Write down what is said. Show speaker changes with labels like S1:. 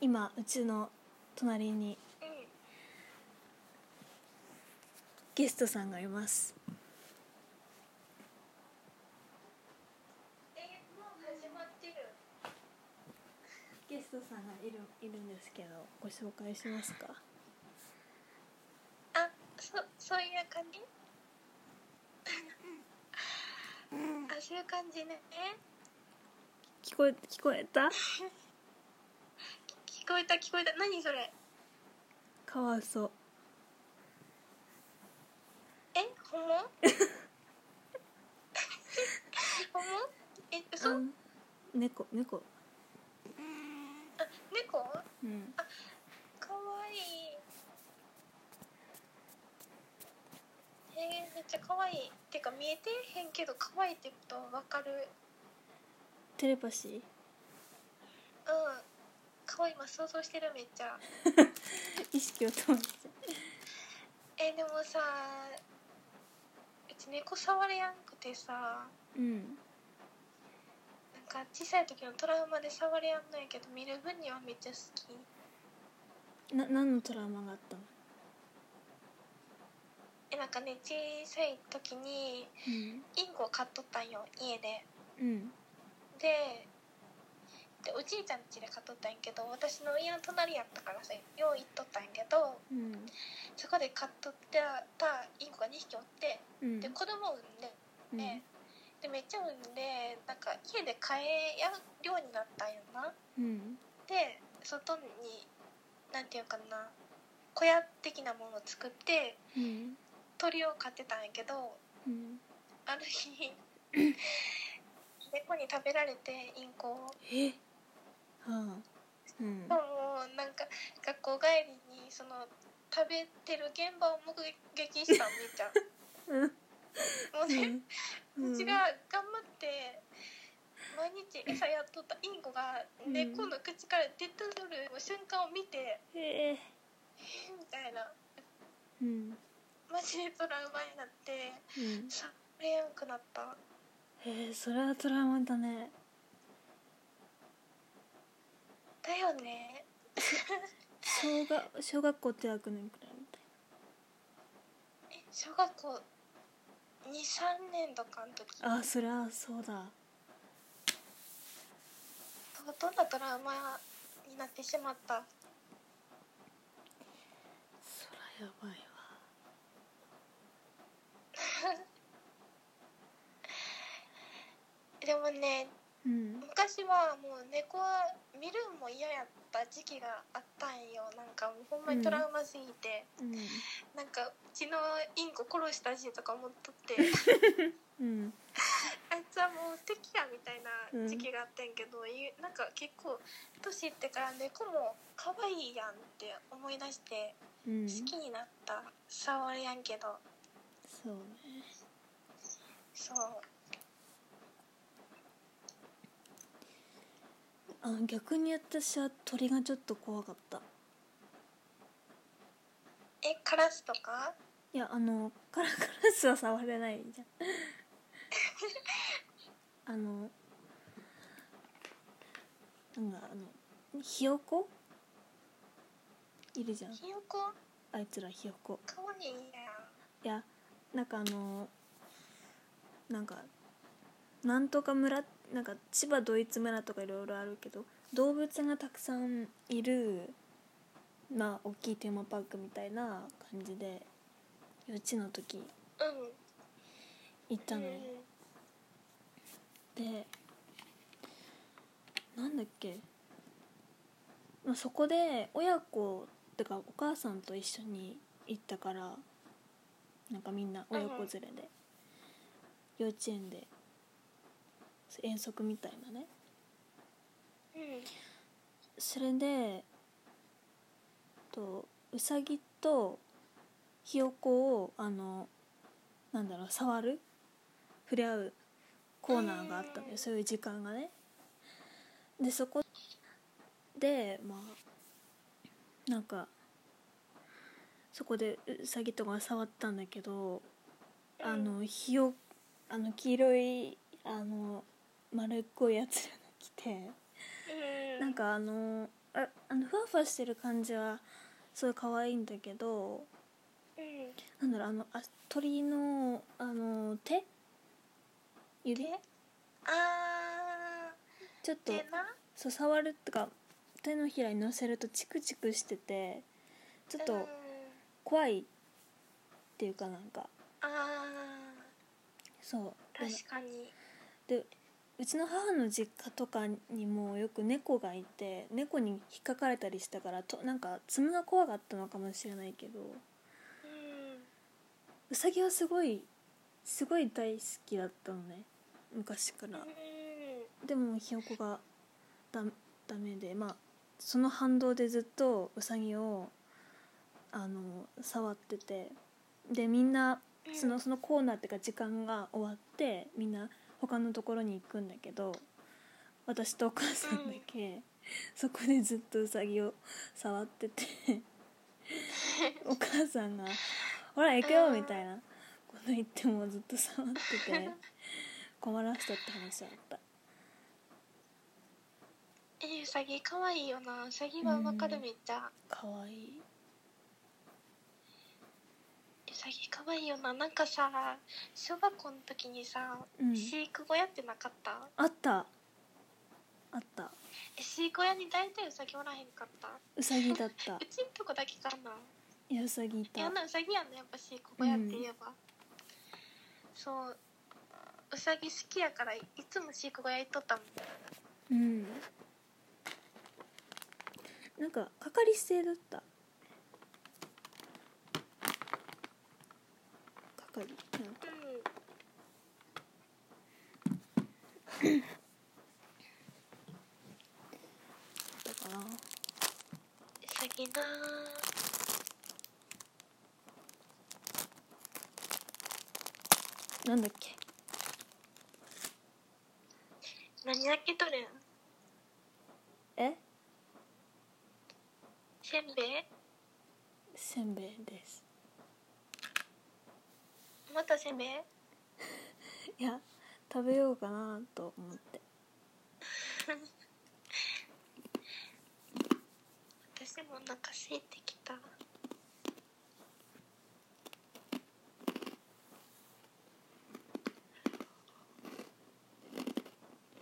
S1: 今うちの隣に
S2: うん
S1: ゲストさんがいます
S2: えもう始まってる
S1: ゲストさんがいるいるんですけどご紹介しますか
S2: あそそういう感じあそういう感じね
S1: 聞こえ聞こえた
S2: 聞こえた聞こえた何それ
S1: カワウソ
S2: えほんまほんまえ嘘
S1: あん猫猫
S2: あ猫
S1: うん
S2: かわいいえー、めっちゃかわいいてか見えてへんけどかわいいってことわかる
S1: テレパシー
S2: うんかわいい今想像してるめっちゃ
S1: 意識を飛ばして
S2: えー、でもさうち猫触れやんくてさ
S1: うん
S2: なんか小さい時のトラウマで触れやんのやけど見る分にはめっちゃ好き
S1: な何のトラウマがあったの、
S2: えなんかね小さい時にインコを飼っとったんよ家で
S1: うんうん
S2: ででおじいちゃん家で飼っとったんやけど私の家の隣やったからさよう行っとったんやけど
S1: うん
S2: そこで飼っとってたインコが2匹おって
S1: うん
S2: で子供を産んで
S1: うん
S2: ねでめっちゃ産んでなんか家で飼えやるようになったんやな
S1: うん
S2: で外になんていうかな小屋的なものを作って
S1: うん
S2: 鳥を飼ってたんやけど
S1: うん
S2: ある日 猫に食べられてインコを。
S1: えはあ うん
S2: もうなんか学校帰りにその食べてる現場を目撃したみーちゃん
S1: うん
S2: もうね、う
S1: うん
S2: ちが頑張って毎日餌やっとったインコが
S1: うん
S2: 猫の口から出てくる瞬間を見て、
S1: え
S2: みたいな
S1: うん
S2: マジでトラウマになって
S1: うん
S2: されやんくなった
S1: えー、それはトラウマだね
S2: だよね
S1: 小学小学校低学年くらいみたい
S2: え小学校23年とかの時
S1: なあそりゃそうだ
S2: どんなトラウマになってしまった
S1: そらやばいわ
S2: でもね
S1: うん
S2: 昔はもう猫は見るんも嫌やった時期があったんよなんかもうほんまにトラウマすぎて、
S1: うん
S2: なんかうちのインコ殺したしとか思っとって
S1: うん
S2: あいつはもう敵やみたいな時期があったんやけど、いなんか結構年いってから猫も可愛いやんって思い出して
S1: うん
S2: 好きになった、触れやんけど
S1: そうね
S2: そう
S1: あの逆に私は鳥がちょっと怖かった
S2: えカラスとか
S1: いやあのカラカラスは触れないじゃん あのなんかあのひよこいるじゃん
S2: ひよこ
S1: あいつらひよこ
S2: 可愛いやん
S1: いやなんかあのなんかなんとか村なんか千葉ドイツ村とかいろいろあるけど動物がたくさんいるまあ大きいテーマパークみたいな感じで幼稚園の時
S2: うん
S1: 行ったのよでなんだっけ、まあ、そこで親子ってかお母さんと一緒に行ったからなんかみんな親子連れで幼稚園で遠足みたいなね
S2: うん
S1: それでとうさぎとひよこをあのなんだろう触る触れ合うコーナーがあったの
S2: う
S1: よ
S2: ん
S1: そういう時間がねでそこでまあなんかそこでうさぎとか触ったんだけど
S2: うん
S1: あのひよあの黄色いあの丸っこいやつらが来て。
S2: うん
S1: なんかあのああのふわふわしてる感じはすごい可愛いんだけど
S2: うん
S1: なんだろうあのあ鳥のあの手指
S2: あ
S1: ちょっ
S2: ー
S1: と
S2: でな
S1: そう触るってか手のひらに乗せるとチクチクしててちょっ
S2: うん
S1: と怖いっていうかなんか
S2: あ
S1: そう
S2: ー
S1: で
S2: 確かに
S1: でうちの母の実家とかにもよく猫がいて猫に引っかかれたりしたからとなんか爪が怖かったのかもしれないけど
S2: うん
S1: うさぎはすごいすごい大好きだったのね昔から
S2: うん
S1: でもひよこがだダメでまあその反動でずっとうさぎをあの触っててでみんな
S2: うん
S1: そのそのコーナーっていうか時間が終わってみんな他のところに行くんだけど私とお母さんだけ、そこでずっとうさぎを触って てお母さんが「ほら行くよ」みたいなこと言ってもずっと触ってて困らせたって話だった。
S2: えうさぎかわいいよなうさぎはわかるめっちゃ
S1: かわいいう
S2: さぎかわいいよななんかさ小学校の時にさ
S1: うん
S2: 飼育小屋ってなかった
S1: あったあった
S2: え飼育小屋に大体うさぎおらへんかった
S1: うさぎだった
S2: うちんとこだけかない
S1: やうさぎい
S2: いや
S1: た
S2: なうさぎやねやっぱしここやって言えば、そううさぎ好きやからいつも飼育小屋行っとったもん
S1: うんなんかかかり制だったかかりなんか
S2: うん
S1: あったかな
S2: うさぎな
S1: なんだっけ
S2: 何だけとるん
S1: え
S2: せんべい
S1: せんべいです
S2: またせんべい
S1: いや食べようかなと思って
S2: 私もお腹空いてきた